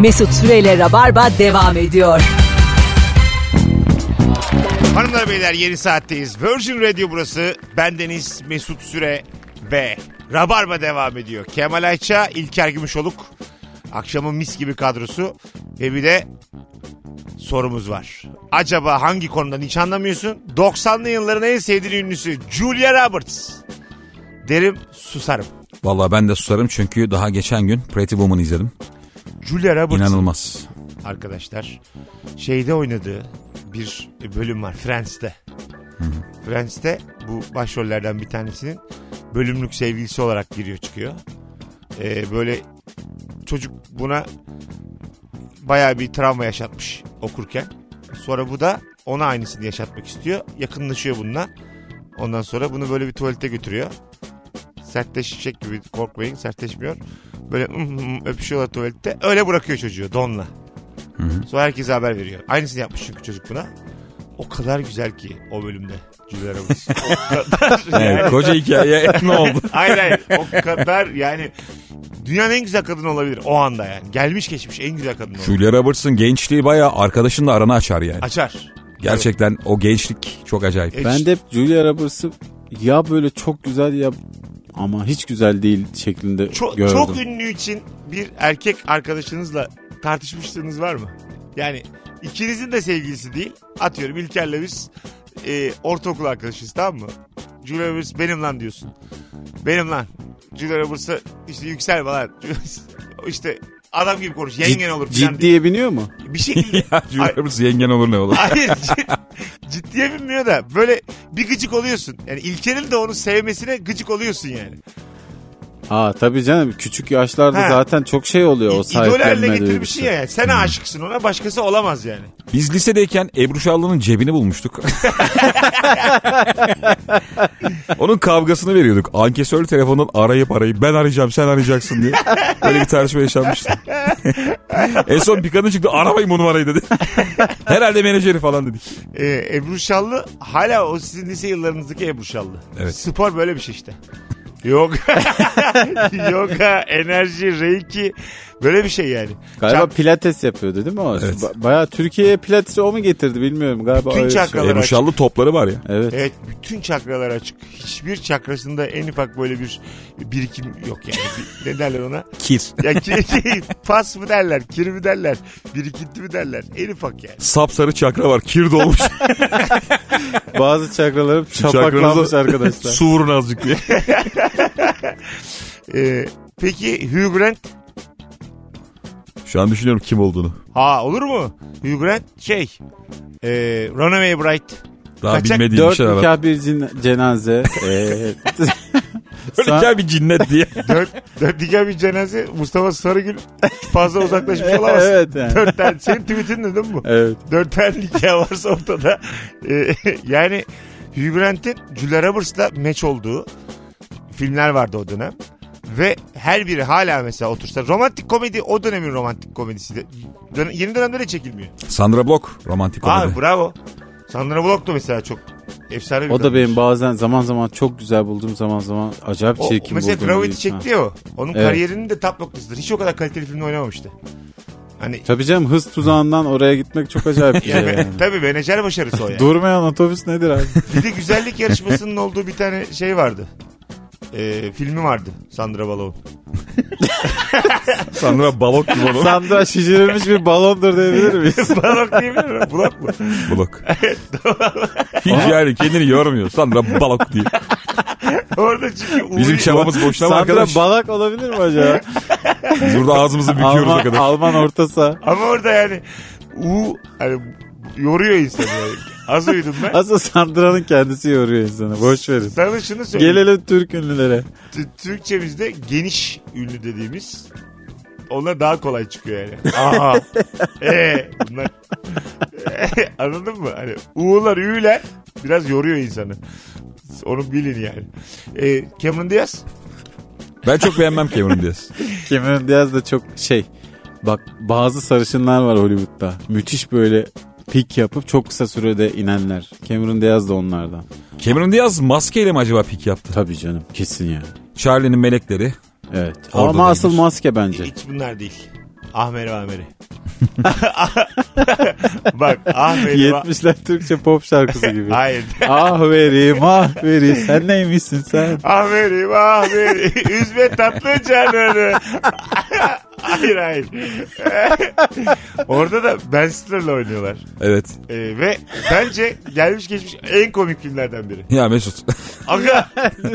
Mesut Süreyle Rabarba devam ediyor. Hanımlar beyler yeni saatteyiz. Virgin Radio burası. Bendeniz Mesut Süre ve Rabarba devam ediyor. Kemal Ayça, İlker Gümüşoluk. Akşamın mis gibi kadrosu. Ve bir de sorumuz var. Acaba hangi konudan hiç anlamıyorsun? 90'lı yılların en sevdiğin ünlüsü Julia Roberts. Derim susarım. Vallahi ben de susarım çünkü daha geçen gün Pretty Woman izledim. Julia Roberts İnanılmaz. arkadaşlar şeyde oynadığı bir bölüm var Friends'te. Friends'te bu başrollerden bir tanesinin bölümlük sevgilisi olarak giriyor çıkıyor. Ee, böyle çocuk buna bayağı bir travma yaşatmış okurken. Sonra bu da ona aynısını yaşatmak istiyor. Yakınlaşıyor bununla. Ondan sonra bunu böyle bir tuvalete götürüyor. Sertleşecek gibi korkmayın sertleşmiyor. Böyle öpüşüyorlar tuvalette. Öyle bırakıyor çocuğu donla. Sonra herkese haber veriyor. Aynısını yapmış çünkü çocuk buna. O kadar güzel ki o bölümde Julia Roberts. O kadar Evet, koca hikaye ne oldu? hayır hayır o kadar yani dünyanın en güzel kadın olabilir o anda yani. Gelmiş geçmiş en güzel kadın olabilir. Julia Roberts'ın gençliği bayağı arkadaşınla aranı açar yani. Açar. Gerçekten o gençlik çok acayip. Evet. E, Ben de hep Julia Roberts'ı ya böyle çok güzel ya ama hiç güzel değil şeklinde Çok, gördüm. çok ünlü için bir erkek arkadaşınızla tartışmışlığınız var mı? Yani ikinizin de sevgilisi değil. Atıyorum İlker'le biz e, ortaokul arkadaşıyız tamam mı? Julia Roberts benim lan diyorsun. Benim lan. Julia Roberts'a işte yükselme lan. işte adam gibi konuş. Yengen olur. falan diye. Ciddiye biniyor mu? Bir şekilde. Ya Julia Roberts yengen olur ne olur. Hayır cid- ciddiye binmiyor da böyle bir gıcık oluyorsun. Yani İlker'in de onu sevmesine gıcık oluyorsun yani. Aa tabii canım küçük yaşlarda Ha. zaten çok şey oluyor o İ- İdol haline sahiplenme diye bir getirmişsin şey. ya. Yani. Sen aşıksın ona başkası olamaz yani. Biz lisedeyken Ebru Şallı'nın cebini bulmuştuk. Onun kavgasını veriyorduk. Ankesör telefonundan arayıp arayıp ben arayacağım sen arayacaksın diye. Böyle bir tartışma yaşanmıştı. en son bir kadın çıktı aramayın bu numarayı dedi. Herhalde menajeri falan dedik. Ee, Ebru Şallı hala o sizin lise yıllarınızdaki Ebru Şallı. Evet. Spor böyle bir şey işte. Yok. Yoga, enerji, reiki böyle bir şey yani. Galiba Çak- pilates yapıyordu değil mi o? Evet. Ba- bayağı Türkiye'ye pilatesi o mu getirdi bilmiyorum galiba. Bütün öyle bir şey. çakal- Ebru Şallı topları var ya. Evet. Evet bütün çakralar açık. Hiçbir çakrasında en ufak böyle bir birikim yok yani. Bir- ne derler ona? Kir. Ya ki- ki- pas mı derler, kir mi derler, birikinti mi derler. En ufak yani. Sapsarı çakra var. Kir dolmuş. Bazı çakralarım çapaklanmış Çakranıza arkadaşlar. Su vurun azıcık diye. Ee, peki Hugh Grant? Şu an düşünüyorum kim olduğunu. Ha olur mu? Hugh Grant şey, e, Runaway Bride. Daha Kaçak bilmediğim bir Dört şey var. nikah bir cin- cenaze. Ee, Böyle Sa- gel bir cinnet diye. Dört, dört nikah bir cenaze Mustafa Sarıgül fazla uzaklaşmış olamaz. evet yani. Dört tane, senin tweetin de değil mi bu? evet. Dört tane nikah varsa ortada. E, yani Hugh Grant'in Julia Roberts'la meç olduğu filmler vardı o dönem. Ve her biri hala mesela otursa romantik komedi o dönemin romantik komedisi de Dön- yeni dönemde de çekilmiyor. Sandra Block romantik komedi. Abi bravo. Sandra Bullock da mesela çok efsane bir O da kadın. benim bazen zaman zaman çok güzel bulduğum zaman zaman acayip O- çirkin mesela bulduğum bir Gravity insan. çekti ya o. Onun Evet. kariyerinin de tap noktasıdır. Hiç o kadar kaliteli filmde oynamamıştı. Hani Tabii canım hız tuzağından oraya gitmek çok acayip bir şey yani, yani. tabii menajer başarısı o yani. Durmayan otobüs nedir abi? bir de güzellik yarışmasının olduğu bir tane şey vardı. Ee, filmi vardı Sandra Bullock'un. Sandra Balok gibi olur. Sandra şişirilmiş bir balondur diyebilir miyiz? Bullock değil mi? Bullock mu? Balok. Hiç yani kendini yormuyor. Sandra Balok diye. Orada çünkü Uğur, Bizim çabamız boşuna mı Sandra arkadaş? balak olabilir mi acaba? Biz burada ağzımızı büküyoruz o Alman, kadar. Alman ortasa. ama orada yani U hani, yoruyor insanı yani. Az uyudum ben. Asıl Sandra'nın kendisi yoruyor insanı. Boş verin. Sana şunu söyleyeyim. Gelelim Türk ünlülere. T- Türkçemizde geniş ünlü dediğimiz onlar daha kolay çıkıyor yani. Aha. ee, bunlar. Ee, anladın mı? Hani uğular üğüler biraz yoruyor insanı. Onu bilin yani. Ee, Cameron Diaz Ben çok beğenmem Cameron Diaz. Cameron Diaz da çok şey. Bak bazı sarışınlar var Hollywood'da. Müthiş böyle pik yapıp çok kısa sürede inenler. Cameron Diaz da onlardan. Cameron Diaz maskeyle mi acaba pik yaptı? Tabii canım kesin yani. Charlie'nin melekleri. Evet. Orada Ama da asıl iyidir. maske bence. hiç bunlar değil. Ahmeri Ahmeri. Bak Ahmeri va- 70'ler Türkçe pop şarkısı gibi. Hayır. ah verim ah verim sen neymişsin sen? Ahmeri Ahmeri. Üzme tatlı canını. hayır hayır. Orada da Ben Stiller'la oynuyorlar. Evet. Ee, ve bence gelmiş geçmiş en komik filmlerden biri. Ya Mesut. Aga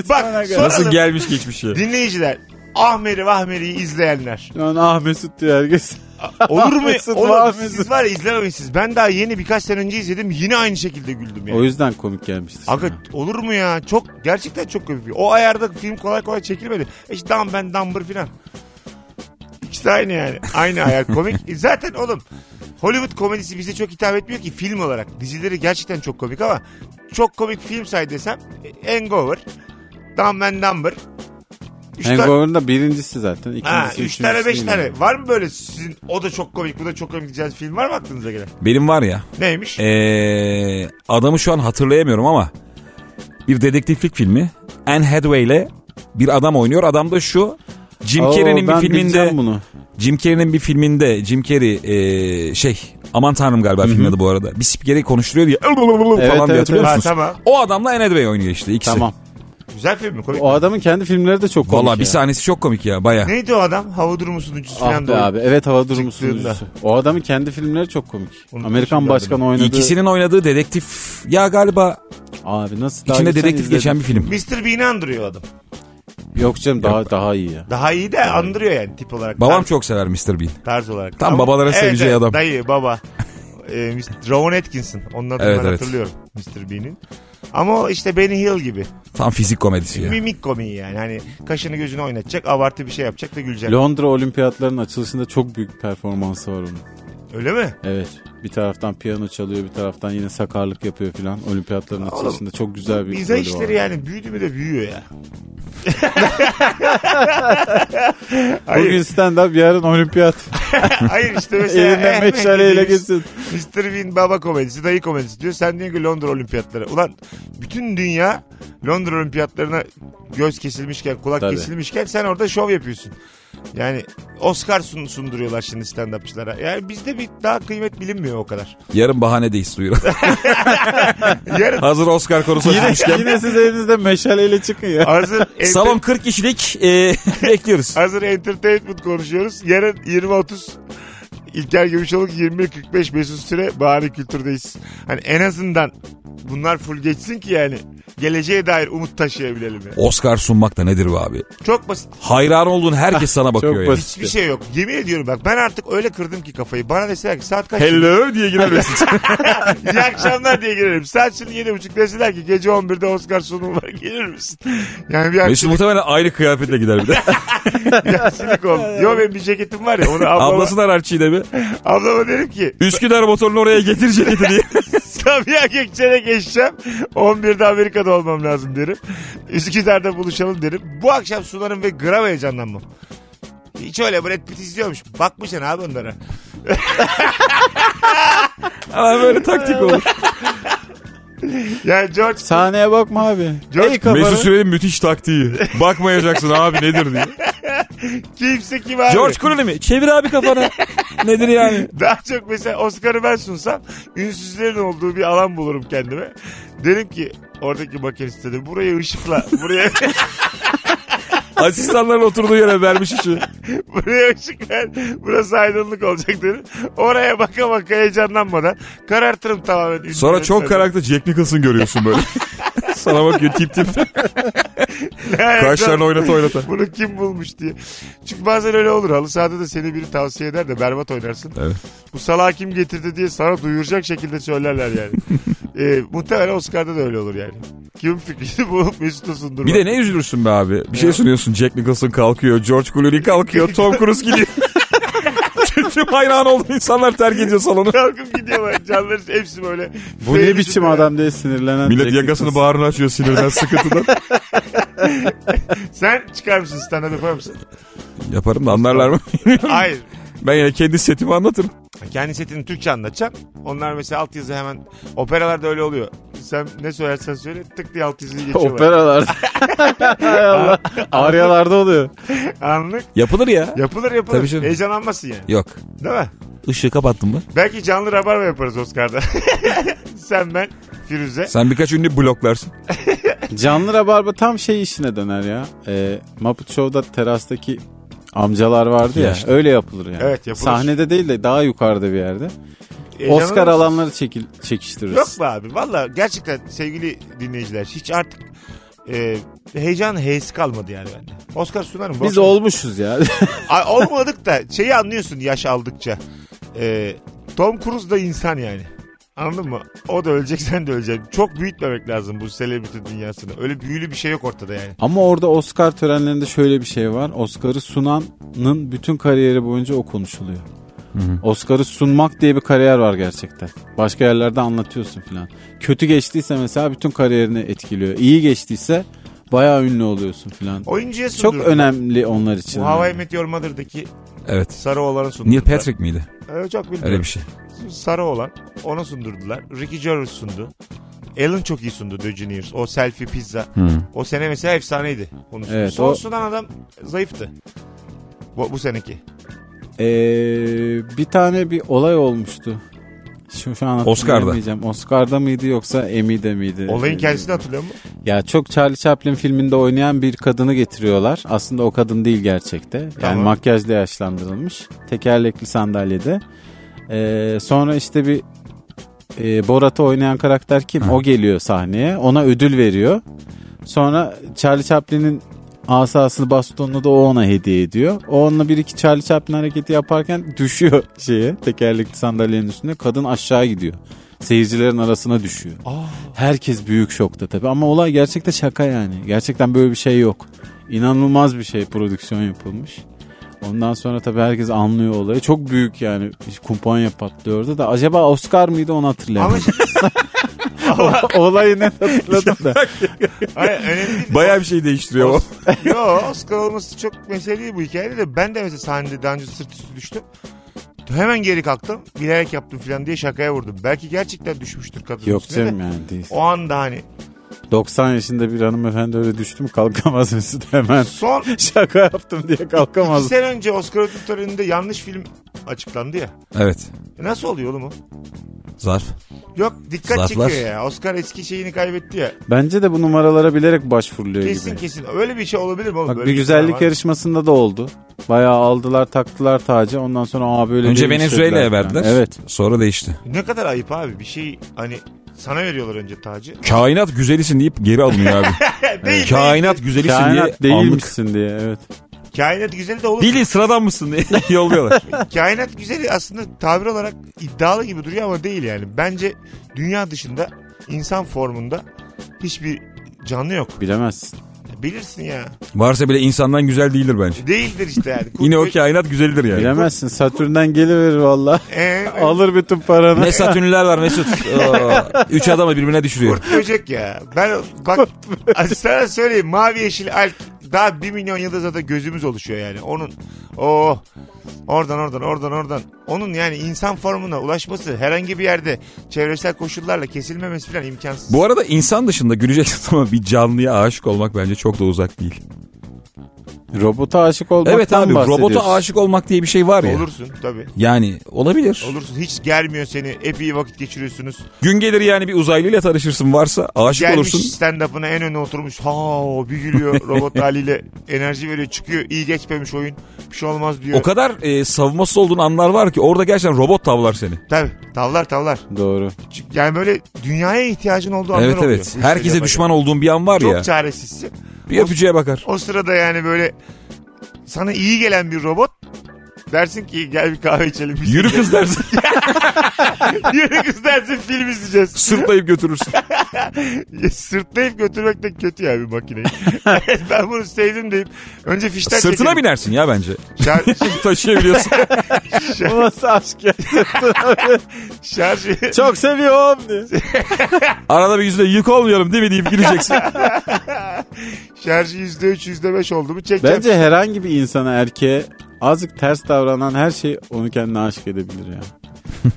bak Nasıl soralım gelmiş geçmiş ya. dinleyiciler. Ahmeri Vahmeri'yi izleyenler. Lan ah Mesut diyor herkes. Ah Olur mu? Mesut, Oğlum, vah siz Mesut. var ya izlememişsiniz. Ben daha yeni birkaç sene önce izledim. Yine aynı şekilde güldüm yani. O yüzden komik gelmişti. sana. Aga olur mu ya? Çok gerçekten çok komik. O ayarda film kolay kolay çekilmedi. E İşte Dumb ben Dumber filan. İkisi de aynı yani. Aynı ayar komik. E Zaten oğlum Hollywood komedisi bize çok hitap etmiyor ki film olarak. Dizileri gerçekten çok komik ama çok komik film say desem e, Hangover, Dumb and Dumber. Üç tane- Hangover'ın da birincisi zaten. İkincisi, Ha, üç tane beş üçüncüsü tane. yine. Var mı böyle sizin o da çok komik bu da çok komik diyeceğiniz film var mı aklınıza gelen? Benim var ya. Neymiş? E, Ee, adamı şu an hatırlayamıyorum ama bir dedektiflik filmi. Anne Hathaway ile bir adam oynuyor. Adam da şu Jim Oo, Carrey'nin bir ben filminde bileceğim bunu. Jim Carrey'nin bir filminde Jim Carrey ee, şey aman tanrım galiba filmin adı bu arada. Bir spikeri konuşturuyor diye falan Evet, diye evet, hatırlıyor Ha, musunuz? tamam. O adamla Anne Hathaway oynuyor işte ikisi. Tamam. Güzel film mi? Komik. O adamın kendi filmleri de çok komik. Valla bir ya. sahnesi çok komik ya baya. Neydi o adam? Hava durumu sunucusu Ah falan be da. abi. Evet hava durumu Çıktığında. sunucusu. O adamın kendi filmleri çok komik. Unutmuşum Amerikan ben başkanı oynadı. İkisinin oynadığı dedektif ya galiba Abi nasıl? daha içinde geçen dedektif izledim. geçen bir film. Mr. Bean'i andırıyor o adam. Yok canım daha daha iyi ya. Daha iyi de andırıyor yani tip olarak. Babam tarz, çok sever Mr. Bean. tarz olarak. Tam Ama- babalara seveceği evet, adam. Dayı baba. ee, Mr. Rowan Atkinson. Onun adını Evet, ben evet. hatırlıyorum Mr. Bean'in. Ama o işte Benny Hill gibi. Tam fizik komedisi ya. Mimik komiği yani. Hani kaşını gözünü oynatacak, abartı bir şey yapacak ve gülecek. Londra olimpiyatlarının açılışında çok büyük bir performansı var onun. Öyle mi? Evet. Bir taraftan piyano çalıyor, bir taraftan yine sakarlık yapıyor filan. Olimpiyatların açılışında çok güzel bir Bize rolü var. işleri yani büyüdü mü de büyüyor ya. Bugün hayır, stand up, yarın olimpiyat. hayır işte mesela. Elinden Ahmet meşaleyle dediğimiz- gitsin. Mr. Bean baba komedisi, dayı komedisi diyor. Sen diyorsun ki Londra olimpiyatları. Ulan bütün dünya Londra olimpiyatlarına göz kesilmişken, kulak Tabii. kesilmişken sen orada şov yapıyorsun. Yani Oscar sun- sunduruyorlar şimdi stand-upçılara. Yani bizde bir daha kıymet bilinmiyor o kadar. Yarın bahanedeyiz duyuyorum. Yarın Hazır Oscar konusu Yine, açmışken. yine siz elinizde meşaleyle çıkın ya. hazır, enter- Salon 40 kişilik e, bekliyoruz. hazır entertainment konuşuyoruz. Yarın 20.30 İlker Gümüşoluk 21.45 Mesut Süre Bahane Kültür'deyiz. Hani en azından bunlar full geçsin ki yani geleceğe dair umut taşıyabilelim. Yani. Oscar sunmak da nedir be abi? Çok basit. Hayran olduğun herkes sana bakıyor Çok yani. basit. Hiçbir şey yok. Yemin ediyorum bak ben artık öyle kırdım ki kafayı. Bana deseler ki saat kaç? Hello diye girer Mesut. İyi akşamlar diye girerim. Saat şimdi yedi buçuk deseler ki gece 11'de Oscar sunumu var gelir misin? Yani bir Mesut aksilik, muhtemelen ayrı kıyafetle gider bir de. bir aksilik oldu. Yo benim bir ceketim var ya onu ablama, Ablasını arar Çiğdem'i. ablama dedim ki Üsküdar motorunu oraya getir ceketi diye. Sabiha Gökçen'e geçeceğim. 11'de Amerika'da olmam lazım derim. Üsküdar'da buluşalım derim. Bu akşam sunarım ve gram heyecanlanmam. Hiç öyle Brad Pitt izliyormuş. Bakmışsın abi onlara. Ama böyle taktik olur. Yani George Sahneye bakma abi. George- Ey kafanı. Mesut Süren'in müthiş taktiği. Bakmayacaksın abi nedir diye. kimse kim abi? George Clooney mi? Çevir abi kafanı. nedir yani? Daha çok mesela Oscar'ı ben sunsam ünsüzlerin olduğu bir alan bulurum kendime. Derim ki oradaki makiniste de buraya ışıkla buraya Asistanların oturduğu yere vermiş işi. buraya ışık ver burası aydınlık olacak derim. Oraya baka baka heyecanlanmadan karartırım tamamen. ünsüzlerin Sonra çok tabii. karakter Jack Nicholson görüyorsun böyle. Sana bakıyor tip tip. Yani Kaşlarını oynata oynata. Bunu kim bulmuş diye. Çünkü bazen öyle olur. Halı sahada da seni biri tavsiye eder de berbat oynarsın. Evet. Bu salağı kim getirdi diye sana duyuracak şekilde söylerler yani. ee, muhtemelen Oscar'da da öyle olur yani. Kimin fikrini bu Mesut'a sundurmak. Bir de ne üzülürsün be abi. Bir şey sunuyorsun Jack Nicholson kalkıyor, George Clooney kalkıyor, Tom Cruise gidiyor. Tüm hayran olduğu insanlar terk ediyor salonu. Kalkıp gidiyorlar. Canları hepsi böyle. Bu Feyli ne biçim duruyor. adam diye sinirlenen. Millet Jack yakasını Nicholson. bağrına açıyor sinirden, sıkıntıdan. Sen çıkar mısın? Stand-up yapar mısın? Yaparım da anlarlar mı? Hayır. Ben yine kendi setimi anlatırım. Kendi setini Türkçe anlatacağım. Onlar mesela altyazı hemen operalarda öyle oluyor. sen ne söylersen söyle tık diye 600'ü geçiyorlar. Operalarda. Hay Allah. Aryalarda oluyor. Anlık Yapılır ya. yapılır yapılır. Tabii canım. Heyecanlanmasın yani. Yok. Değil mi? Işığı kapattın mı? Belki canlı rabarba yaparız Oscar'da. sen ben Firuze. Sen birkaç ünlü bloklarsın. Canlı rabarba tam şey işine döner ya. Ee, Muppet Show'da terastaki amcalar vardı ya. Yaşlı. Öyle yapılır yani. Evet, yapılır. Sahnede değil de daha yukarıda bir yerde. Heyecanlanır Oscar mısın? alanları çekil, çekiştiririz. E, Yok be abi valla gerçekten sevgili dinleyiciler hiç artık e, heyecan heyesi kalmadı yani bende. Oscar sunarım. Biz Oscar- olmuşuz ya. Ay, olmadık da şeyi anlıyorsun yaş aldıkça. E, Tom Cruise da insan yani. Anladın mı? O da ölecek sen de öleceksin. Çok büyütmemek lazım bu selebriti dünyasını. Öyle büyülü bir şey yok ortada yani. Ama orada Oscar törenlerinde şöyle bir şey var. Oscar'ı sunanın bütün kariyeri boyunca o konuşuluyor. Oscar'ı sunmak diye bir kariyer var gerçekten. Başka yerlerde anlatıyorsun filan. Kötü geçtiyse mesela bütün kariyerini etkiliyor. İyi geçtiyse bayağı ünlü oluyorsun filan. Oyuncuya Çok sundur. önemli onlar için. Bu Hava Met Your Mother'daki Evet. sarı oğlanı sundu. Neil Patrick miydi? Ee, çok bilmiyorum. Öyle bir şey. Sarı olan ona sundurdular. Ricky Gervais sundu. Alan çok iyi sundu The Juniors. O selfie pizza. O sene mesela efsaneydi. Onu sundu. Hmm. Evet, Son o- sunan adam zayıftı. Bu, bu seneki. Ee, bir tane bir olay olmuştu. Şu, şu an Oscar'da. hatırlayamayacağım. Oscar'da mıydı yoksa Emmy'de miydi? Olayın Ee, kendisini hatırlıyor musun? Ya çok Charlie Chaplin filminde oynayan bir kadını getiriyorlar. Aslında o kadın değil gerçekte. Yani Tamam. makyajla yaşlandırılmış. Tekerlekli sandalyede. Ee, sonra işte bir e, Borat'ı oynayan karakter kim? O geliyor sahneye. Ona ödül veriyor. Sonra Charlie Chaplin'in asasını bastonunu da o ona hediye ediyor. O onunla bir iki Charlie Chaplin hareketi yaparken düşüyor şeye tekerlekli sandalyenin üstüne. Kadın aşağı gidiyor. Seyircilerin arasına düşüyor. Herkes büyük şokta tabii ama olay gerçekten şaka yani. Gerçekten böyle bir şey yok. İnanılmaz bir şey prodüksiyon yapılmış. Ondan sonra tabii herkes anlıyor olayı. Çok büyük yani bir kumpanya patlıyordu da acaba Oscar mıydı onu Ama şey, hatırlayamadım. Olayı net hatırladım da. Hayır, önemli değil. Bayağı bir şey değiştiriyor o. Yo Oscar olması çok mesele değil bu hikayede de. Ben de mesela sahnede daha önce sırt üstü düştüm. Hemen geri kalktım. Bilerek yaptım falan diye şakaya vurdum. Belki gerçekten düşmüştür kadın Yok üstüne de. canım yani değil. O anda hani 90 yaşında bir hanımefendi öyle düştü mü kalkamaz Mesut hemen. son Şaka yaptım diye iki kalkamaz. sene önce Oscar ödül töreninde yanlış film açıklandı ya. Evet. E Nasıl oluyor oğlum o? Zarf. Yok dikkat Zarflar. çekiyor ya. Oscar eski şeyini kaybetti ya. Bence de bu numaralara bilerek başvuruluyor Kesin gibi. kesin. Öyle bir şey olabilir mi oğlum? Bak Böyle bir şey güzellik var. yarışmasında da oldu. Bayağı aldılar taktılar tacı ondan sonra aa böyle Önce değilmiş" Venezuela'ya dediler. verdiler. Evet. Sonra değişti. Ne kadar ayıp abi. Bir şey hani sana veriyorlar önce tacı. E, Kainat güzelisin deyip geri alınıyor abi. değil. Kainat güzelisin Kainat diye anlık. değilmişsin diye evet. Kainat güzeli de olur. Bilin sıradan mısın diye yolluyorlar. Kainat güzeli aslında tabir olarak iddialı gibi duruyor ama değil yani. Bence dünya dışında insan formunda hiçbir canlı yok. Bilemezsin. Bilirsin ya. Varsa bile insandan güzel değildir bence. Değildir işte yani. Yine o kainat güzelidir yani. Bilemezsin. Satürn'den geliverir valla. Ee, Alır bütün paranı. Ne satünlüler var Mesut. Oo, üç adamı birbirine düşürüyor. Kurt böcek ya. Ben bak az- sana söyleyeyim mavi yeşil alk daha 1 milyon yılda zaten gözümüz oluşuyor yani. Onun o oradan oradan oradan oradan. Onun yani insan formuna ulaşması herhangi bir yerde çevresel koşullarla kesilmemesi falan imkansız. Bu arada insan dışında güleceksin ama bir canlıya aşık olmak bence çok da uzak değil. Robota aşık olmaktan evet abi bahsediyorsun. robota aşık olmak diye bir şey var ya. Olursun tabii. Yani olabilir. Olursun. Hiç germiyor seni. Epey vakit geçiriyorsunuz. Gün gelir yani bir uzaylıyla tanışırsın varsa aşık Gelmiş olursun. stand-up'ına en öne oturmuş. Ha bir gülüyor robot haliyle. Enerji veriyor. Çıkıyor. İyi geçmemiş oyun. Bir şey olmaz diyor. O kadar e, savunmasız olduğun anlar var ki orada gerçekten robot tavlar seni. Tabii. Tavlar tavlar. Doğru. Çünkü yani böyle dünyaya ihtiyacın olduğu anlar evet oluyor. şey evet. Herkese düşman olduğun bir an var Çok ya. çaresizsin. Bir öpücüğe bakar. O sırada yani böyle sana iyi gelen bir robot dersin ki gel bir kahve içelim. biz." Yürü kız dersin. Yürü kız dersin film izleyeceğiz. Sırtlayıp götürürsün. Sırtlayıp götürmek de kötü ya bir makineyi. ben bunu sevdim deyip önce fişten Sırtına çekelim. binersin ya bence. Şar- Taşıyabiliyorsun. Bu nasıl aşk ya? şarjı Çok seviyorum diye. Arada bir yüzde yük olmayalım değil mi deyip gireceksin. şarjı yüzde üç yüzde beş oldu mu çekeceğim. Bence herhangi bir insana erkeğe azıcık ters davranan her şey onu kendine aşık edebilir ya.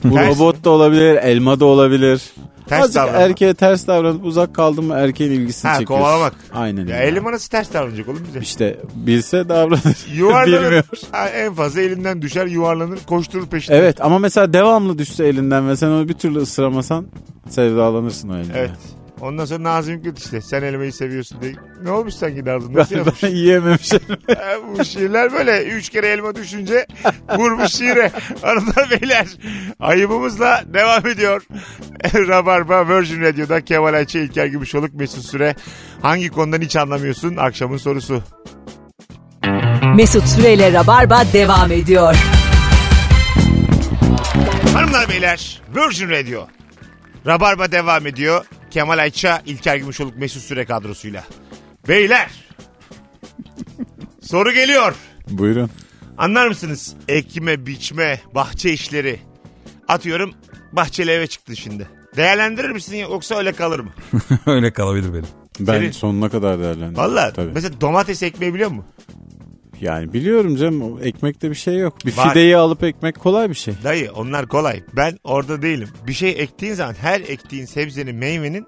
Bu Ters mi? robot da olabilir, elma da olabilir. Ters Azıcık davranmak. erkeğe ters davranıp uzak kaldın mı erkeğin ilgisini Ha, çekiyorsun. kovalamak. Aynen. Ya öyle. elim arası ters davranacak oğlum bize. İşte bilse davranır. Yuvarlanır. Bilmiyor. Ha, en fazla elinden düşer yuvarlanır koşturur peşinden. Evet ama mesela devamlı düşse elinden ve sen onu bir türlü ısıramasan sevdalanırsın o elinden. Evet. Ondan sonra Nazım Hikmet işte sen elmayı seviyorsun diye. Ne olmuş sen giderdin? Nasıl Ben, yapmış? ben yiyememişim. Ha, Bu şiirler böyle. Üç kere elma düşünce vurmuş şiire. Hanımlar beyler ayıbımızla devam ediyor. Rabarba Virgin Radio'da Kemal Ayça, İlker Gümüşoluk, Mesut Süre. Hangi konudan hiç anlamıyorsun? Akşamın sorusu. Mesut Süreyle Rabarba devam ediyor. Hanımlar beyler Virgin Radio. Rabarba devam ediyor. Kemal Ayça, İlker Gümüşoluk, Mesut Süre kadrosuyla. Beyler. soru geliyor. Buyurun. Anlar mısınız? Ekime, biçme, bahçe işleri. Atıyorum bahçeli eve çıktın şimdi. Değerlendirir misin yoksa öyle kalır mı? Öyle kalabilir benim. Ben Senin- sonuna kadar değerlendim. Valla Tabii. mesela domates ekmeği biliyor musun? Yani biliyorum canım o ekmekte bir şey yok. Bir Var. fideyi alıp ekmek kolay bir şey. Dayı onlar kolay. Ben orada değilim. Bir şey ektiğin zaman her ektiğin sebzenin meyvenin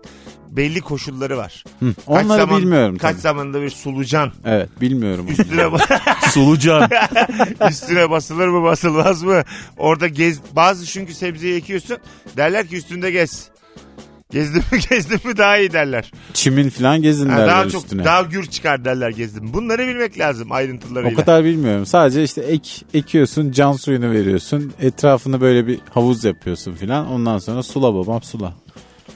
belli koşulları var. Kaç Onları zaman- bilmiyorum Kaç tabii. zamanda bir sulucan. Evet bilmiyorum. Üstüne, Sulucan. üstüne basılır mı basılmaz mı? Orada gez bazı çünkü sebzeyi ekiyorsun derler ki üstünde gez. Gezdim mi gezdim mi daha iyi derler. Çimin falan gezin Ha, derler daha çok üstüne. daha gür çıkar derler gezdim. Bunları bilmek lazım ayrıntılarıyla. O kadar bilmiyorum. Sadece işte ek ekiyorsun, can suyunu veriyorsun. Etrafını böyle bir havuz yapıyorsun filan. Ondan sonra sula babam sula.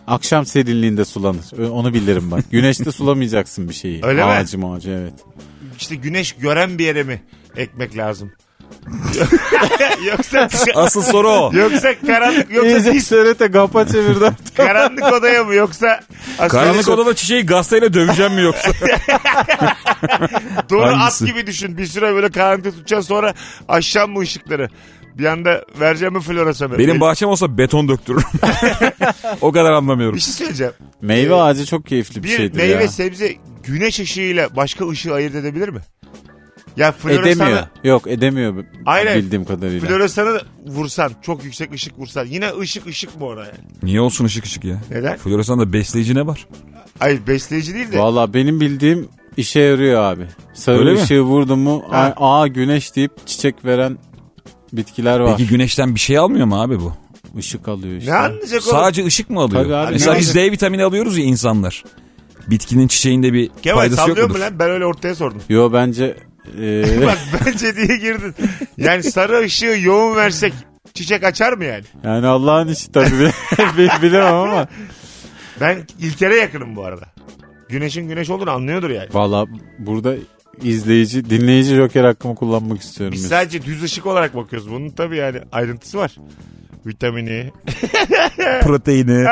Akşam serinliğinde sulanır. Ö- Onu bilirim bak. Güneşte sulamayacaksın bir şeyi. Öyle mi? ağacı mağacı evet. İşte güneş gören bir yere mi ekmek lazım? yoksa Asıl soru o. yoksa karanlık yoksa İyice serete kapa çevirdi artık. karanlık odaya mı yoksa Karanlık odada çiçeği gazeteyle döveceğim mi yoksa? doğru at hangisi? gibi düşün. Bir süre böyle karanlıkta tutacaksın sonra aşağı mı ışıkları? Bir anda vereceğim mi floresanı? Benim bahçem olsa beton döktürürüm. o kadar anlamıyorum. bir şey söyleyeceğim. Meyve ağacı çok keyifli bir, Bir şeydir meyve ya. sebze güneş ışığıyla başka ışığı ayırt edebilir mi? Ya Edemiyor. floresanı Yok edemiyor b- Aynen. bildiğim kadarıyla. floresanı vursan çok yüksek ışık vursan yine ışık ışık mı oraya? Niye olsun ışık ışık ya? Neden? Floresan'da besleyici ne var? Hayır besleyici değil de. Valla benim bildiğim işe yarıyor abi. Sarı Öyle mi? ışığı vurdu mu Ha. a- aa güneş deyip çiçek veren bitkiler var. Peki güneşten bir şey almıyor mu abi bu? Işık alıyor işte. ne anlayacak o? Sadece ışık mı alıyor? Tabii abi. Mesela Ne biz D vitamini alıyoruz ya insanlar. Bitkinin çiçeğinde bir Kemal faydası yok sallıyor mudur? mu lan? Ben öyle ortaya sordum. Yo bence e, Bak bence diye girdin. Yani sarı ışığı yoğun versek çiçek açar mı yani? yani Allah'ın işi tabii bil- bil- bilemem ama. Ben İlker'e yakınım bu arada. Güneşin güneş olduğunu anlıyordur yani. Valla burada izleyici, dinleyici joker hakkımı kullanmak istiyorum. Biz Mesut. sadece düz ışık olarak bakıyoruz. Bunun tabii yani ayrıntısı var. Vitamini, Proteini,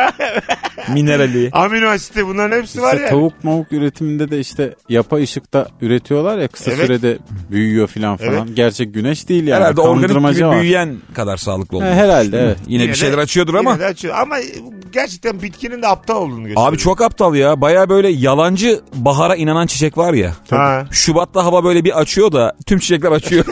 minerali. amino asiti bunların hepsi var İşte ya. tavuk mavuk üretiminde de işte yapa ışıkta üretiyorlar ya kısa Evet. sürede büyüyor filan falan. Gerçek güneş değil yani. Herhalde organik Kandırmaca gibi var. büyüyen kadar sağlıklı He, olmuş. herhalde evet. Yine, bir şeyler açıyordur ama. Yine de açıyor. Ama gerçekten bitkinin de aptal olduğunu gösteriyor. Abi çok aptal ya. Baya böyle yalancı bahara inanan çiçek var ya. Ha. Şubat'ta hava böyle bir açıyor da tüm çiçekler açıyor.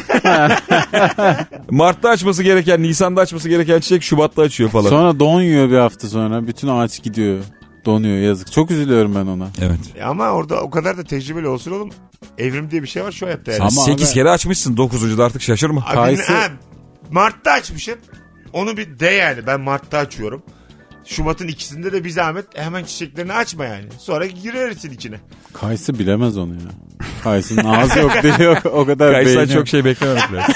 Mart'ta açması gereken, Nisan'da açması gereken çiçek Şubat'ta açıyor falan. Sonra donuyor bir hafta sonra. Bütün ağaç gidiyor. Donuyor yazık. Çok üzülüyorum ben ona. Evet. E Ama orada o kadar da tecrübeli olsun oğlum. Evrim diye bir şey var şu hayatta yani. Sen Ama 8 abi- kere açmışsın 9. da artık şaşırma. Abi, Kayısı- ha, Mart'ta açmışım. Onu bir de yani ben Mart'ta açıyorum. Şubat'ın ikisinde de bir zahmet e, hemen çiçeklerini açma yani. Sonra girersin içine. Kayısı bilemez onu ya. Kayısının ağzı yok dili yok. O kadar Kayısıdan beyni yok. çok şey beklememek lazım.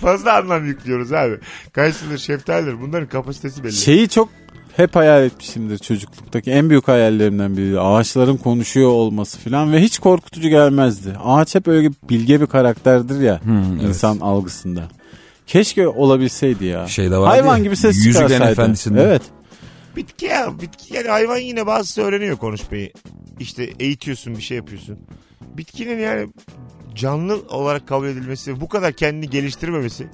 Fazla anlam yüklüyoruz abi. Kayısıdır, şeftalidir bunların kapasitesi şey- belli. Şeyi çok hep hayal etmişimdir çocukluktaki en büyük hayallerimden biri. Ağaçların konuşuyor olması falan ve hiç korkutucu gelmezdi. Ağaç hep öyle bilge bir karakterdir ya Hmm, insan algısında. Keşke olabilseydi ya. Şey de vardı Hayvan ya, gibi ses Yüzüklerin çıkarsaydı. Efendisi'nde. Evet. Bitki ya bitki yani hayvan yine bazısı öğreniyor konuşmayı. İşte eğitiyorsun bir şey yapıyorsun. Bitkinin yani canlı olarak kabul edilmesi bu kadar kendini geliştirmemesi.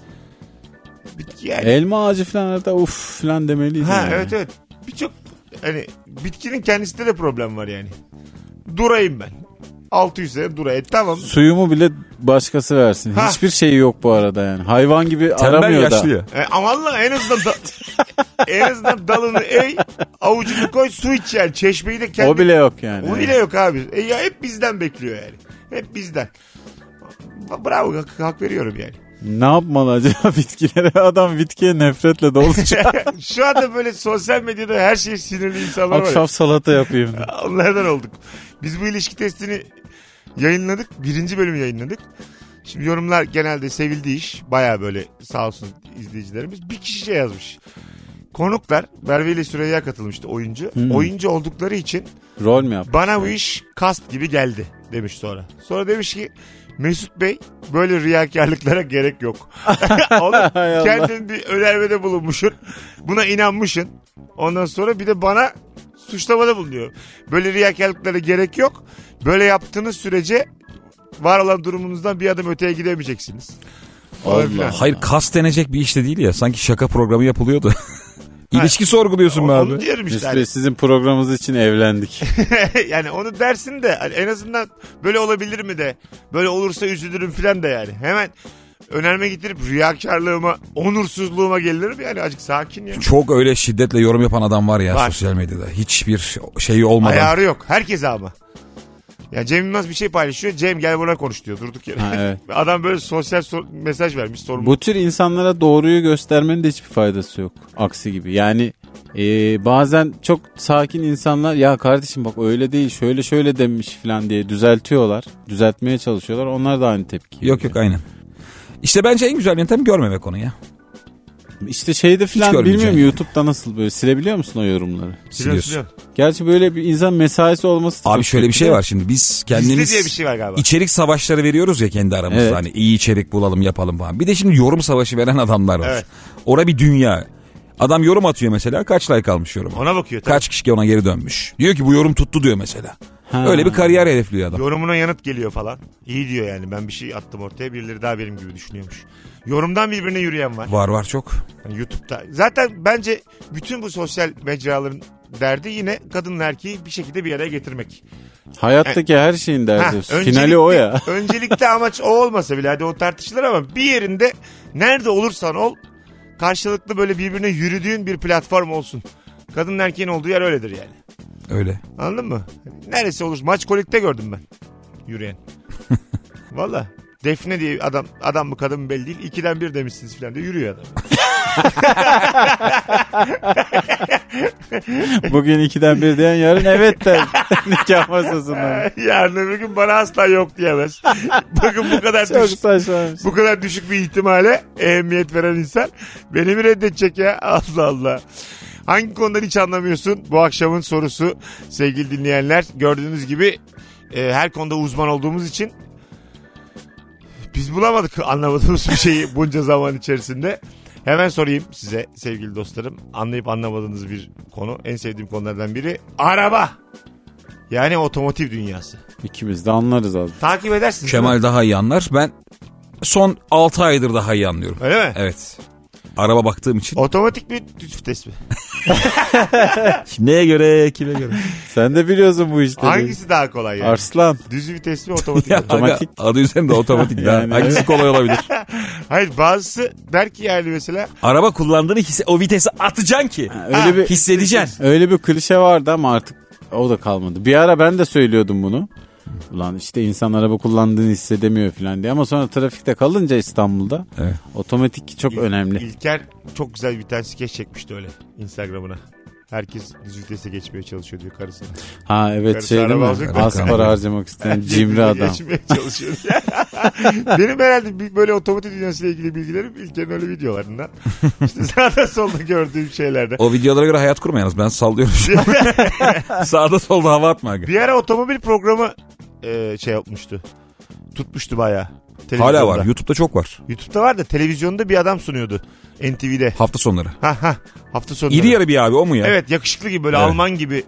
Bitki yani. Elma ağacı falan arada uf falan demeliydi. Ha yani. evet evet. Birçok hani bitkinin kendisinde de problem var yani. Durayım ben. 600 sene durayım. Tamam. Suyumu bile başkası versin. Ha. Hiçbir şeyi yok bu arada yani. Hayvan gibi Tembel aramıyor da. yaşlı ya. E, ama Allah en azından da- en azından dalını ey avucunu koy su iç yani. Çeşmeyi de kendi. O bile yok yani. O bile yok abi. E ya hep bizden bekliyor yani. Hep bizden. Bravo hak, hak veriyorum yani. Ne yapmalı acaba bitkilere? Adam bitkiye nefretle dolacak. Şu anda böyle sosyal medyada her şey sinirli insanlar var. ya. Akşam salata yapayım. diye. Onlardan olduk. Biz bu ilişki testini yayınladık. Birinci bölümü yayınladık. Şimdi yorumlar genelde sevildi iş. Baya böyle sağ olsun izleyicilerimiz. Bir kişi şey yazmış. Konuklar Merve ile Süreyya katılmıştı oyuncu. Oyuncu oldukları için Rol mü yap? bana bu iş kast gibi geldi demiş sonra. Sonra demiş ki Mesut Bey böyle riyakarlıklara gerek yok. Oğlum Hay Allah. kendin bir önermede bulunmuşsun. Buna inanmışsın. Ondan sonra bir de bana suçlamada bulunuyor. Böyle riyakarlıklara gerek yok. Böyle yaptığınız sürece var olan durumunuzdan bir adım öteye gidemeyeceksiniz. Falan filan. Hayır kas denecek bir işte değil ya. Sanki şaka programı yapılıyordu. İlişki sorguluyorsun be Onu abi. diyorum işte. Mesut Bey, sizin programınız için evlendik. Hani- yani onu dersin de hani en azından böyle olabilir mi de böyle olursa üzülürüm filan da yani. Hemen önerme getirip riyakarlığıma, onursuzluğuma gelirim yani azıcık sakin ya. Çok öyle şiddetle yorum yapan adam var ya Var. sosyal medyada. Hiçbir şeyi olmadan. Ayarı yok. Herkes ama. Ya Cem Yılmaz bir şey paylaşıyor. Cem gel buna konuş diyor durduk yere. Ha, evet. Adam böyle sosyal sor- mesaj vermiş sorumlu. Bu tür insanlara doğruyu göstermenin de hiçbir faydası yok. Aksi gibi. Yani e, bazen çok sakin insanlar ya kardeşim bak öyle değil şöyle şöyle demiş falan diye düzeltiyorlar. Düzeltmeye çalışıyorlar. Onlar da aynı tepki. Yok yok aynen. İşte bence en güzel yöntem görmemek onu ya. İşte şeyde falan görmeyeceğim bilmiyorum yani. YouTube'da nasıl böyle silebiliyor musun o yorumları? Biliyorum, Siliyorsun. biliyorum. Gerçi böyle bir insan mesaisi olması da Abi çok şöyle bir kötü şey de. var şimdi biz Gizli kendimiz diye bir şey var galiba. içerik savaşları veriyoruz ya kendi aramızda Evet. hani iyi içerik bulalım yapalım falan. Bir de şimdi yorum savaşı veren adamlar var. Evet. Ora bir dünya. Adam yorum atıyor mesela kaç like almış yoruma. Ona bakıyor tabii. Kaç kişi ona geri dönmüş. Diyor ki bu yorum tuttu diyor mesela. Ha. Öyle bir kariyer hedefliyor adam. Yorumuna yanıt geliyor falan. İyi diyor yani ben bir şey attım ortaya birileri daha benim gibi düşünüyormuş. Yorumdan birbirine yürüyen var. Var var çok. Hani YouTube'da. Zaten bence bütün bu sosyal mecraların derdi yine kadınla erkeği bir şekilde bir araya getirmek. Hayattaki her şeyin E, Ha, derdi. o. öncelikli- Finali o ya. öncelikle amaç o olmasa bile hadi o tartışılır ama bir yerinde nerede olursan ol karşılıklı böyle birbirine yürüdüğün bir platform olsun. Kadın erkeğin olduğu yer öyledir yani. Öyle. Anladın mı? Neresi olur? Maç kolikte gördüm ben. Yürüyen. Valla. Defne diye adam adam mı kadın mı belli değil. İkiden bir demişsiniz filan diye yürüyor adam. Bugün ikiden bir diyen yarın evet der. Nikah masasından. Yarın öbür gün bana asla yok diyemez. Bakın bu kadar Çok düşük, saçma. bu kadar düşük bir ihtimale ehemmiyet veren insan beni mi reddedecek ya? Allah Allah. Hangi konudan hiç anlamıyorsun? Bu akşamın sorusu sevgili dinleyenler. Gördüğünüz gibi e, her konuda uzman olduğumuz için biz bulamadık anlamadığımız bir şeyi bunca zaman içerisinde. Hemen sorayım size sevgili dostlarım. Anlayıp anlamadığınız bir konu. En sevdiğim konulardan biri araba. Yani otomotiv dünyası. İkimiz de anlarız az. Takip edersiniz. değil mi? Kemal daha iyi anlar. Ben son 6 aydır daha iyi anlıyorum. Öyle mi? Evet. Araba baktığım için. Otomatik mi vites mi? Neye göre kime göre? Sen de biliyorsun bu işleri. Hangisi daha kolay yani? Arslan. Düz vites mi otomatik ya mi? otomatik. Otomatik. adı üzerinde otomatik. yani, Yani Hangisi kolay olabilir? Hayır bazısı der ki yani mesela Araba kullandığını hisse, o vitesi atacaksın ki. Öyle Ha, bir Hissedeceksin. öyle bir klişe vardı ama artık o da kalmadı. Bir ara ben de söylüyordum bunu. Ulan işte insan araba kullandığını hissedemiyor falan diye ama sonra trafikte kalınca İstanbul'da Evet. otomatik çok İl- önemli. İlker çok güzel bir tane skeç çekmişti öyle Instagram'ına. Herkes düz vitese geçmeye çalışıyor diyor karısına. Ha evet Karısı şey değil araba mi? alacak da Az kalmadı. para harcamak isteyen cimri Birbirine adam. Geçmeye çalışıyor. Benim herhalde bir- böyle otomotiv dünyasıyla ilgili bilgilerim İlker'in öyle videolarından. İşte sağda solda gördüğüm şeylerde. O videolara göre hayat kurma yalnız. Ben sallıyorum şu an. Sağda solda hava atma. aga. Bir ara otomobil programı e, şey yapmıştı. Tutmuştu bayağı. Hala Televizyonda. var. YouTube'da çok var. YouTube'da var da televizyonda bir adam sunuyordu. NTV'de. Hafta sonları. Ha ha. Hafta sonu. İri yarı bir abi o mu ya? Evet yakışıklı gibi böyle Evet. Alman gibi.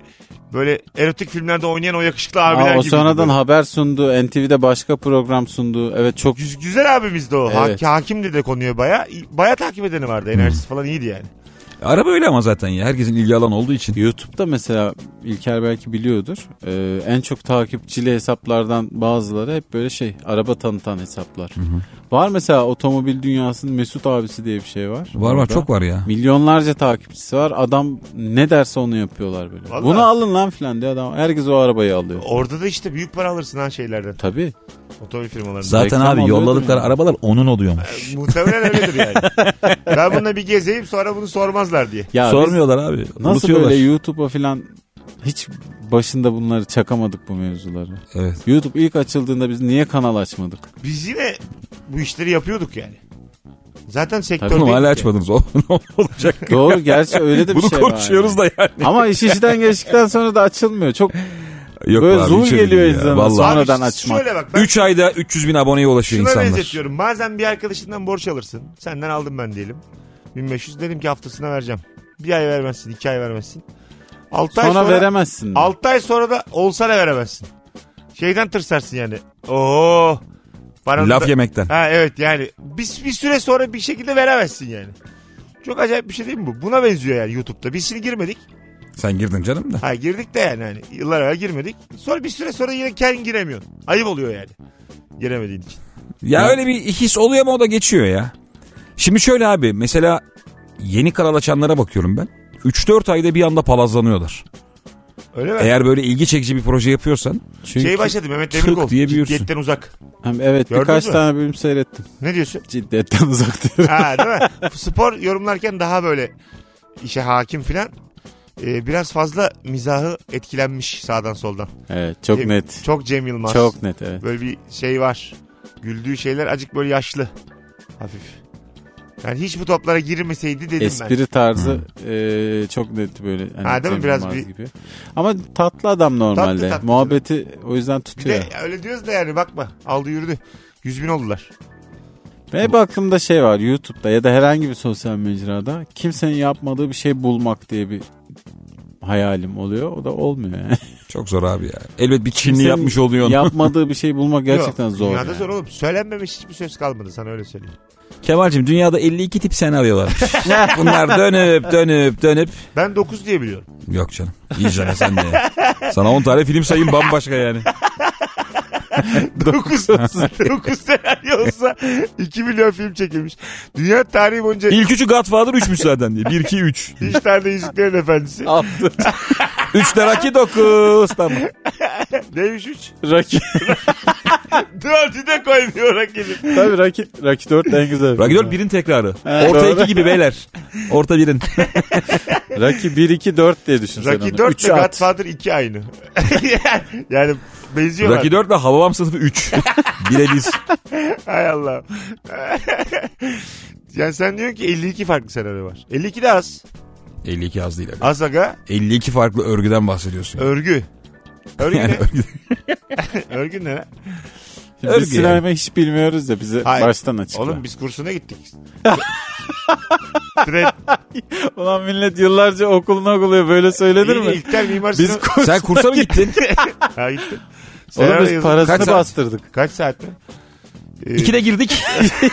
Böyle erotik filmlerde oynayan o yakışıklı abiler Aa, o gibi. sonradan Böyle. haber sundu. NTV'de başka program sundu. Evet çok Güz- güzel abimizdi o. Ha- Evet. Hmm. hakimdi de konuya baya. Baya takip edeni vardı. Enerjisi falan iyiydi yani. Araba öyle ama zaten ya. Herkesin ilgi alanı olduğu için. YouTube'da mesela İlker belki biliyordur. Ee, en çok takipçili hesaplardan bazıları hep böyle şey araba tanıtan hesaplar. Var mesela otomobil dünyasının Mesut abisi diye bir şey var. Var var Orada. çok var ya. Milyonlarca takipçisi var. Adam ne derse onu yapıyorlar böyle. Vallahi. Bunu alın lan filan diye adam. Herkes o arabayı alıyor. Orada da işte büyük para alırsın ha şeylerden. Tabii. Otomobil firmalarından. Zaten Reklam abi alıyordun yolladıkları ya. arabalar onun oluyormuş. Muhtemelen öyledir yani. ben bununla bir gezeyim sonra bunu sormazlar diye. Ya biz Sormuyorlar abi. Nasıl unutuyorlar. böyle YouTube'a filan hiç başında bunları çakamadık bu mevzuları. Evet. YouTube ilk açıldığında biz niye kanal açmadık? Biz yine bu işleri yapıyorduk yani. Zaten sektörde... Oğlum hala açmadınız. O ne olacak? Doğru gerçi öyle de bir Bunu şey var. konuşuyoruz da yani. Ama iş işten geçtikten sonra da açılmıyor. Çok Yok Böyle be abi, zul hiç öyle geliyor değil ya. insana. Vallahi. Sonra- sonradan açmak. Şöyle bak ben 3 ayda 300 bin aboneye ulaşıyor şuna insanlar. benzetiyorum. Bazen bir arkadaşından borç alırsın. Senden aldım ben diyelim. 1500 dedim ki haftasına vereceğim. Bir ay vermezsin, iki ay vermezsin. 6 ay sonra, sonra, veremezsin. 6 ay sonra da olsa da veremezsin. Şeyden tırsarsın yani. Oo. paranı da- Laf yemekten. Ha evet yani bir, bir süre sonra bir şekilde veremezsin yani. Çok acayip bir şey değil mi bu? Buna benziyor yani YouTube'da. Biz şimdi girmedik. Sen girdin canım da. Ha girdik de yani hani yıllar evvel girmedik. Sonra bir süre sonra yine kendin giremiyorsun. Ayıp oluyor yani. Giremediğin için. Ya öyle bir his oluyor ama o da geçiyor ya. Şimdi şöyle abi mesela yeni kanal açanlara bakıyorum ben. 3-4 ayda bir anda palazlanıyorlar. Öyle mi? Eğer böyle ilgi çekici bir proje yapıyorsan Çünkü şey başladı Mehmet tık Demirkol. diye büyürsün. Ciddiyetten uzak. Hem evet Gördün birkaç mü? tane bölüm seyrettim. Ne diyorsun? Ciddiyetten uzak diyorum. Ha değil mi? Spor yorumlarken daha böyle işe hakim filan. Ee, biraz fazla mizahı etkilenmiş sağdan soldan. Evet çok Cem- net. Çok Cem Yılmaz. Çok net evet. Böyle bir şey var. Güldüğü şeyler acık böyle yaşlı. Hafif. Yani hiç bu toplara girmeseydi dedim ben. Espri tarzı e, çok net böyle. Hani Ha, değil mi? Cem Biraz Yılmaz bir- gibi. Ama tatlı adam normalde. Tatlı, tatlı. Muhabbeti o yüzden Bir tutuyor. de öyle diyoruz da yani bakma. Aldı yürüdü. Yüz bin oldular. Ve hep aklımda şey var YouTube'da ya da herhangi bir sosyal mecrada kimsenin yapmadığı bir şey bulmak diye bir hayalim oluyor. O da olmuyor yani. çok zor abi ya. Elbet bir Çinli Kimsenin yapmış oluyor onu. yapmadığı bir şey bulmak gerçekten Yok, zor. Dünyada yani. zor oğlum. Söylenmemiş hiçbir söz kalmadı sana öyle söyleyeyim. Kemal'cim dünyada 52 tip senaryolar. Bunlar dönüp dönüp dönüp. Ben 9 diye biliyorum. Yok canım. İyice sen de. ya. Sana 10 tane film sayayım bambaşka yani. 9 9 senaryo olsa 2 milyon film çekilmiş. Dünya tarihi boyunca İlk üçü Godfather 3'müş zaten diye. 1 2 3. üç tane Yüzüklerin Efendisi. 3 de Rocky 9. Tamam. Neymiş 3? Rocky, 4'ü de koymuyor rakibi. tabii Rocky, Rocky 4 en güzel. Rocky 4 1'in tekrarı. Evet, Orta doğru. 2 gibi beyler. Orta 1'in. Rocky 1, 2, 4 diye düşün sen Rocky onu. 4 ile Üçe at. Godfather 2 aynı. yani benziyorlar. Rocky 4 ile Hababam sınıfı 3. Bire biz. Hay Allah. yani sen diyorsun ki 52 farklı senaryo var. 52 de az. 52 az değil. abi. Az aga. 52 farklı örgüden bahsediyorsun. Örgü. Örgü Yani ne? örgü- Örgü ne? lan? Şimdi Örgü Biz sinema hiç bilmiyoruz ya bize Hayır. baştan açıkla. Oğlum biz kursuna gittik. Direkt Ulan millet yıllarca okuluna okuluyor böyle söylenir il- İlker Mimar Biz Sinan. kursa Sen kursa mı gittin? Ha gittim. Oğlum Senaryo biz yazın- parasını Kaç saat? bastırdık. Kaç saat mi? Ee, 2'de girdik.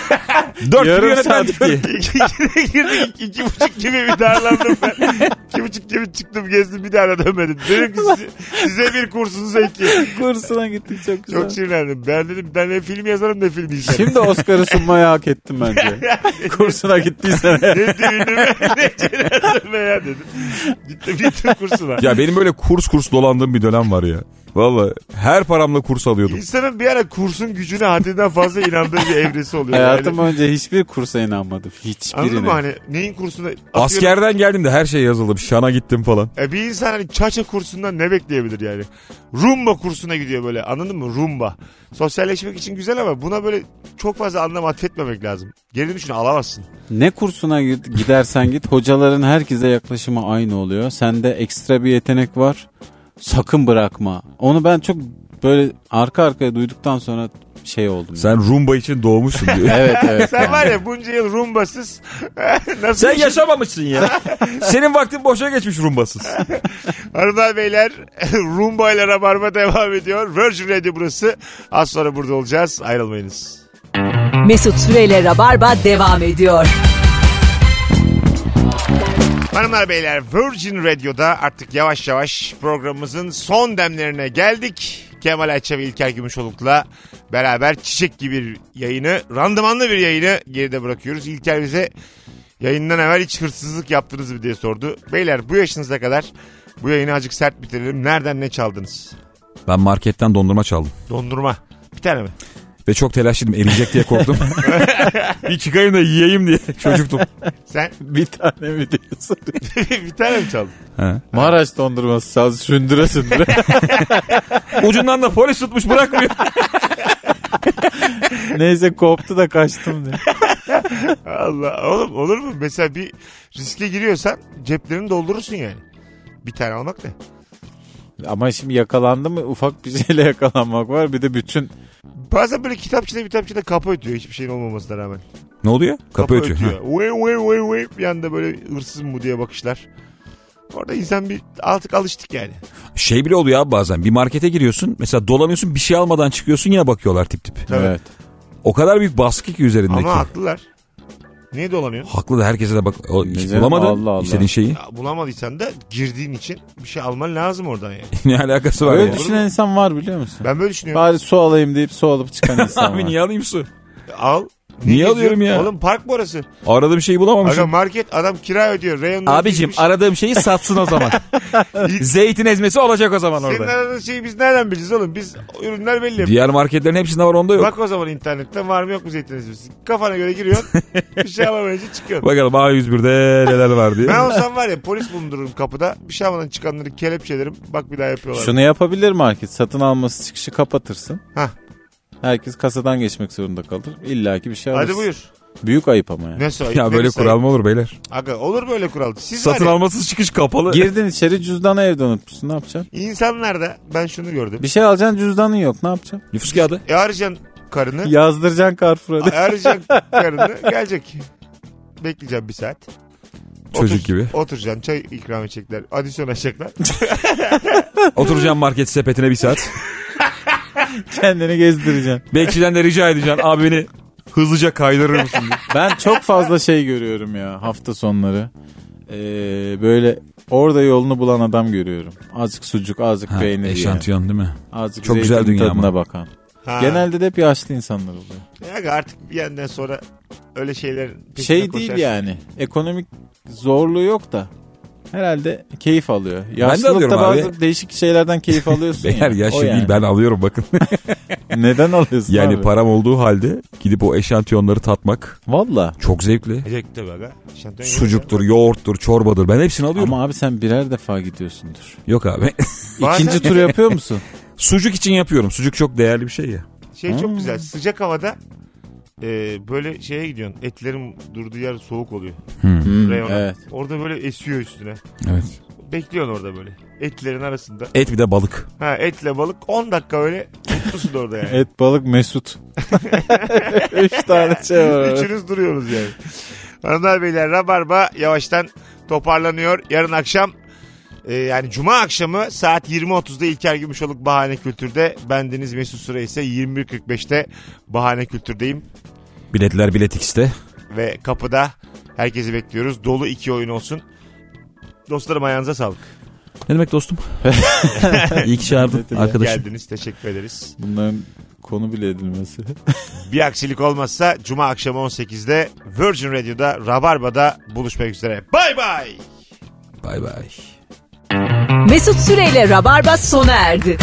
4 gibi Yarım saat yönetmendik diye. İkide girdik. İki buçuk gibi bir darlandım ben. İki buçuk gibi çıktım gezdim bir daha da dönmedim. Dedim ki size, size bir kursunuza iki. Kursuna gittik çok güzel. Çok şey- sinirlendim. Ben dedim ben ne film yazarım ne film izlerim. Şimdi Oscar'ı sunmayı hak ettim bence. Kursuna gittiysen eğer. Ne düğünüme ne cenazeme ya dedim. Gittim gittim kursuna. Ya benim böyle kurs kurs dolandığım bir dönem var ya. Valla her paramla kurs alıyordum. İnsanın bir ara kursun gücüne haddinden fazla inandığı bir evresi oluyor. yani. Hayatım önce hiçbir kursa inanmadım. Anladın mı Hiçbirine. hani neyin kursuna? Atıyorum, Askerden geldim de her şey yazıldım. Şana gittim falan. E bir insan hani çaça kursundan ne bekleyebilir yani? Rumba kursuna gidiyor böyle anladın mı? Rumba. Sosyalleşmek için güzel ama buna böyle çok fazla anlam atfetmemek lazım. Geri düşün alamazsın. Ne kursuna gid- gidersen git hocaların herkese yaklaşımı aynı oluyor. Sende ekstra bir yetenek var. Sakın bırakma. Onu ben çok böyle arka arkaya duyduktan sonra şey oldum. Sen rumba için doğmuşsun diyor. Evet evet. Sen var ya bunca yıl rumbasız nasıl Sen yaşa- yaşamamışsın ya. Senin vaktin boşa geçmiş rumbasız. Hanımlar beyler rumba ile rabarba devam ediyor. Virgin Radio burası. Az sonra burada olacağız. Ayrılmayınız. Mesut Süreyle Rabarba devam ediyor. Hanımlar beyler Virgin Radio'da artık yavaş yavaş programımızın son demlerine geldik. Kemal Ayça ve İlker Gümüşoluk'la beraber çiçek gibi bir yayını, randımanlı bir yayını geride bırakıyoruz. İlker bize yayından evvel hiç hırsızlık yaptınız mı diye sordu. Beyler bu yaşınıza kadar bu yayını azıcık sert bitirelim. Nereden ne çaldınız? Ben marketten dondurma çaldım. Dondurma. Bir tane mi? Ve çok telaşlıydım eriyecek diye korktum. bir çıkayım da yiyeyim diye çocuktum. Sen Bir tane mi diyorsun? bir tane mi çaldın? He. Maraş dondurması çaldı sündüre sündüre. Ucundan da polis tutmuş bırakmıyor. Neyse koptu da kaçtım diye. Allah oğlum olur mu? Mesela bir riske giriyorsan ceplerini doldurursun yani. Bir tane almak ne? Ama şimdi yakalandı mı ufak bir şeyle yakalanmak var. Bir de bütün Bazen böyle kitapçıda kitapçıda kapı ötüyor hiçbir şeyin olmamasına rağmen. Ne oluyor? Kapı, ötüyor. Ha. Uy uy uy uy bir anda böyle hırsız mı diye bakışlar. Orada insan bir artık alıştık yani. Şey bile oluyor abi bazen. Bir markete giriyorsun. Mesela dolanıyorsun bir şey almadan çıkıyorsun yine bakıyorlar tip tip. Tabii. evet. O kadar büyük baskı ki üzerindeki. Ama haklılar. Niye dolanıyorsun? Haklı da herkese de bak. O, Ne hiç canım, bulamadın Allah Allah. istediğin şeyi. Ya bulamadıysan da girdiğin için bir şey alman lazım oradan yani. ne alakası var Öyle ya? düşünen insan var biliyor musun? Ben böyle düşünüyorum. Bari su alayım deyip su alıp çıkan insan var. Abi niye alayım su? Al. Niye geziyorsun? alıyorum ya? Oğlum park mı orası? Aradığım şeyi bulamamışım. Aga market adam kira ödüyor. Reyonda girmiş. aradığım şeyi satsın o zaman. Zeytin ezmesi olacak o zaman Senin aradığın şeyi biz nereden bileceğiz oğlum? Biz ürünler belli. Diğer marketlerin hepsinde var onda yok. Bak o zaman internetten var mı yok mu zeytin ezmesi? Kafana göre giriyorsun. bir şey alamayınca çıkıyorsun. Bakalım A101'de neler var diye. Ben olsam var ya polis bulundururum kapıda. Bir şey almadan çıkanları kelepçelerim. Bak bir daha yapıyorlar. Şunu yapabilir market. Satın alması çıkışı kapatırsın. Hah. Herkes kasadan geçmek zorunda kalır. İlla ki bir şey alırsın. Hadi buyur. Büyük ayıp ama yani. Ne soy? ya böyle neresi kural mı olur beyler? ayıp? Aga olur böyle kural. Siz Satın var ya, almasız çıkış kapalı. Girdin içeri cüzdanı evde unutmuşsun ne yapacaksın? insanlarda ben şunu gördüm. Bir şey alacaksın cüzdanın yok ne yapacaksın? Nüfus kağıdı. E arayacaksın karını. Yazdıracaksın Carrefour'a. Arayacaksın karını. Gelecek. Bekleyeceğim bir saat. Çocuk gibi. Oturacaksın çay ikram edecekler. Adisyon açacaklar. Oturacağım market sepetine bir saat. Kendini gezdireceksin. Bekçiden de rica edeceğim. Abi beni hızlıca kaydırır mısın? diye. Ben çok fazla şey görüyorum ya hafta sonları. Ee, böyle orada yolunu bulan adam görüyorum. Azıcık sucuk, azıcık Ha, peynir yiyen. eşantiyon değil mi? Azıcık Çok çok güzel güzel dünya ama. tadına bakan. Ha. Genelde de hep yaşlı insanlar oluyor. E Aga artık bir yandan sonra öyle şeyler peşine şey değil koşarsın. yani. Ekonomik zorluğu yok da. Herhalde keyif alıyor. alıyorum Yaşlılıkta bazı abi. değişik şeylerden keyif alıyorsun. Beyler ya. yaşlı O yani. değil ben alıyorum bakın. Neden alıyorsun yani abi? param olduğu halde gidip o eşantiyonları tatmak Valla. çok zevkli. Acayip tabii aga. Şantiyon yok Sucuktur, yoğurttur, çorbadır. Ben hepsini alıyorum. Ama abi sen birer defa gidiyorsundur. Yok abi. ya. Bazen İkinci tur yapıyor musun? Sucuk için yapıyorum. Sucuk çok değerli bir şey ya. Şey çok güzel. Sıcak havada e, böyle şeye gidiyorsun. Etlerin durduğu yer soğuk oluyor. Hmm, Reyona. evet. Orada böyle esiyor üstüne. Evet. Bekliyorsun orada böyle. Etlerin arasında. Et bir de balık. Ha etle balık 10 dakika böyle mutlusun orada yani. Et, balık, mesut. Üç tane şey var. evet. Üçünüz duruyoruz yani. Hanımlar beyler Rabarba yavaştan toparlanıyor. Yarın akşam e, yani cuma akşamı saat 20.30'da İlker Gümüşoluk Bahane Kültür'de. Bendeniz Mesut Süre ise 21.45'te Bahane Kültür'deyim. Biletler Bilet X'te. Ve kapıda herkesi bekliyoruz. Dolu iki oyun olsun. Dostlarım ayağınıza sağlık. Ne demek dostum? İyi ki çağırdın arkadaşım. Geldiniz teşekkür ederiz. Bunların konu bile edilmesi. Bir aksilik olmazsa cuma akşamı 18'de Virgin Radio'da Rabarba'da buluşmak üzere. Bay bay. Bay bay. Mesut Süreyle Rabarba sona erdi.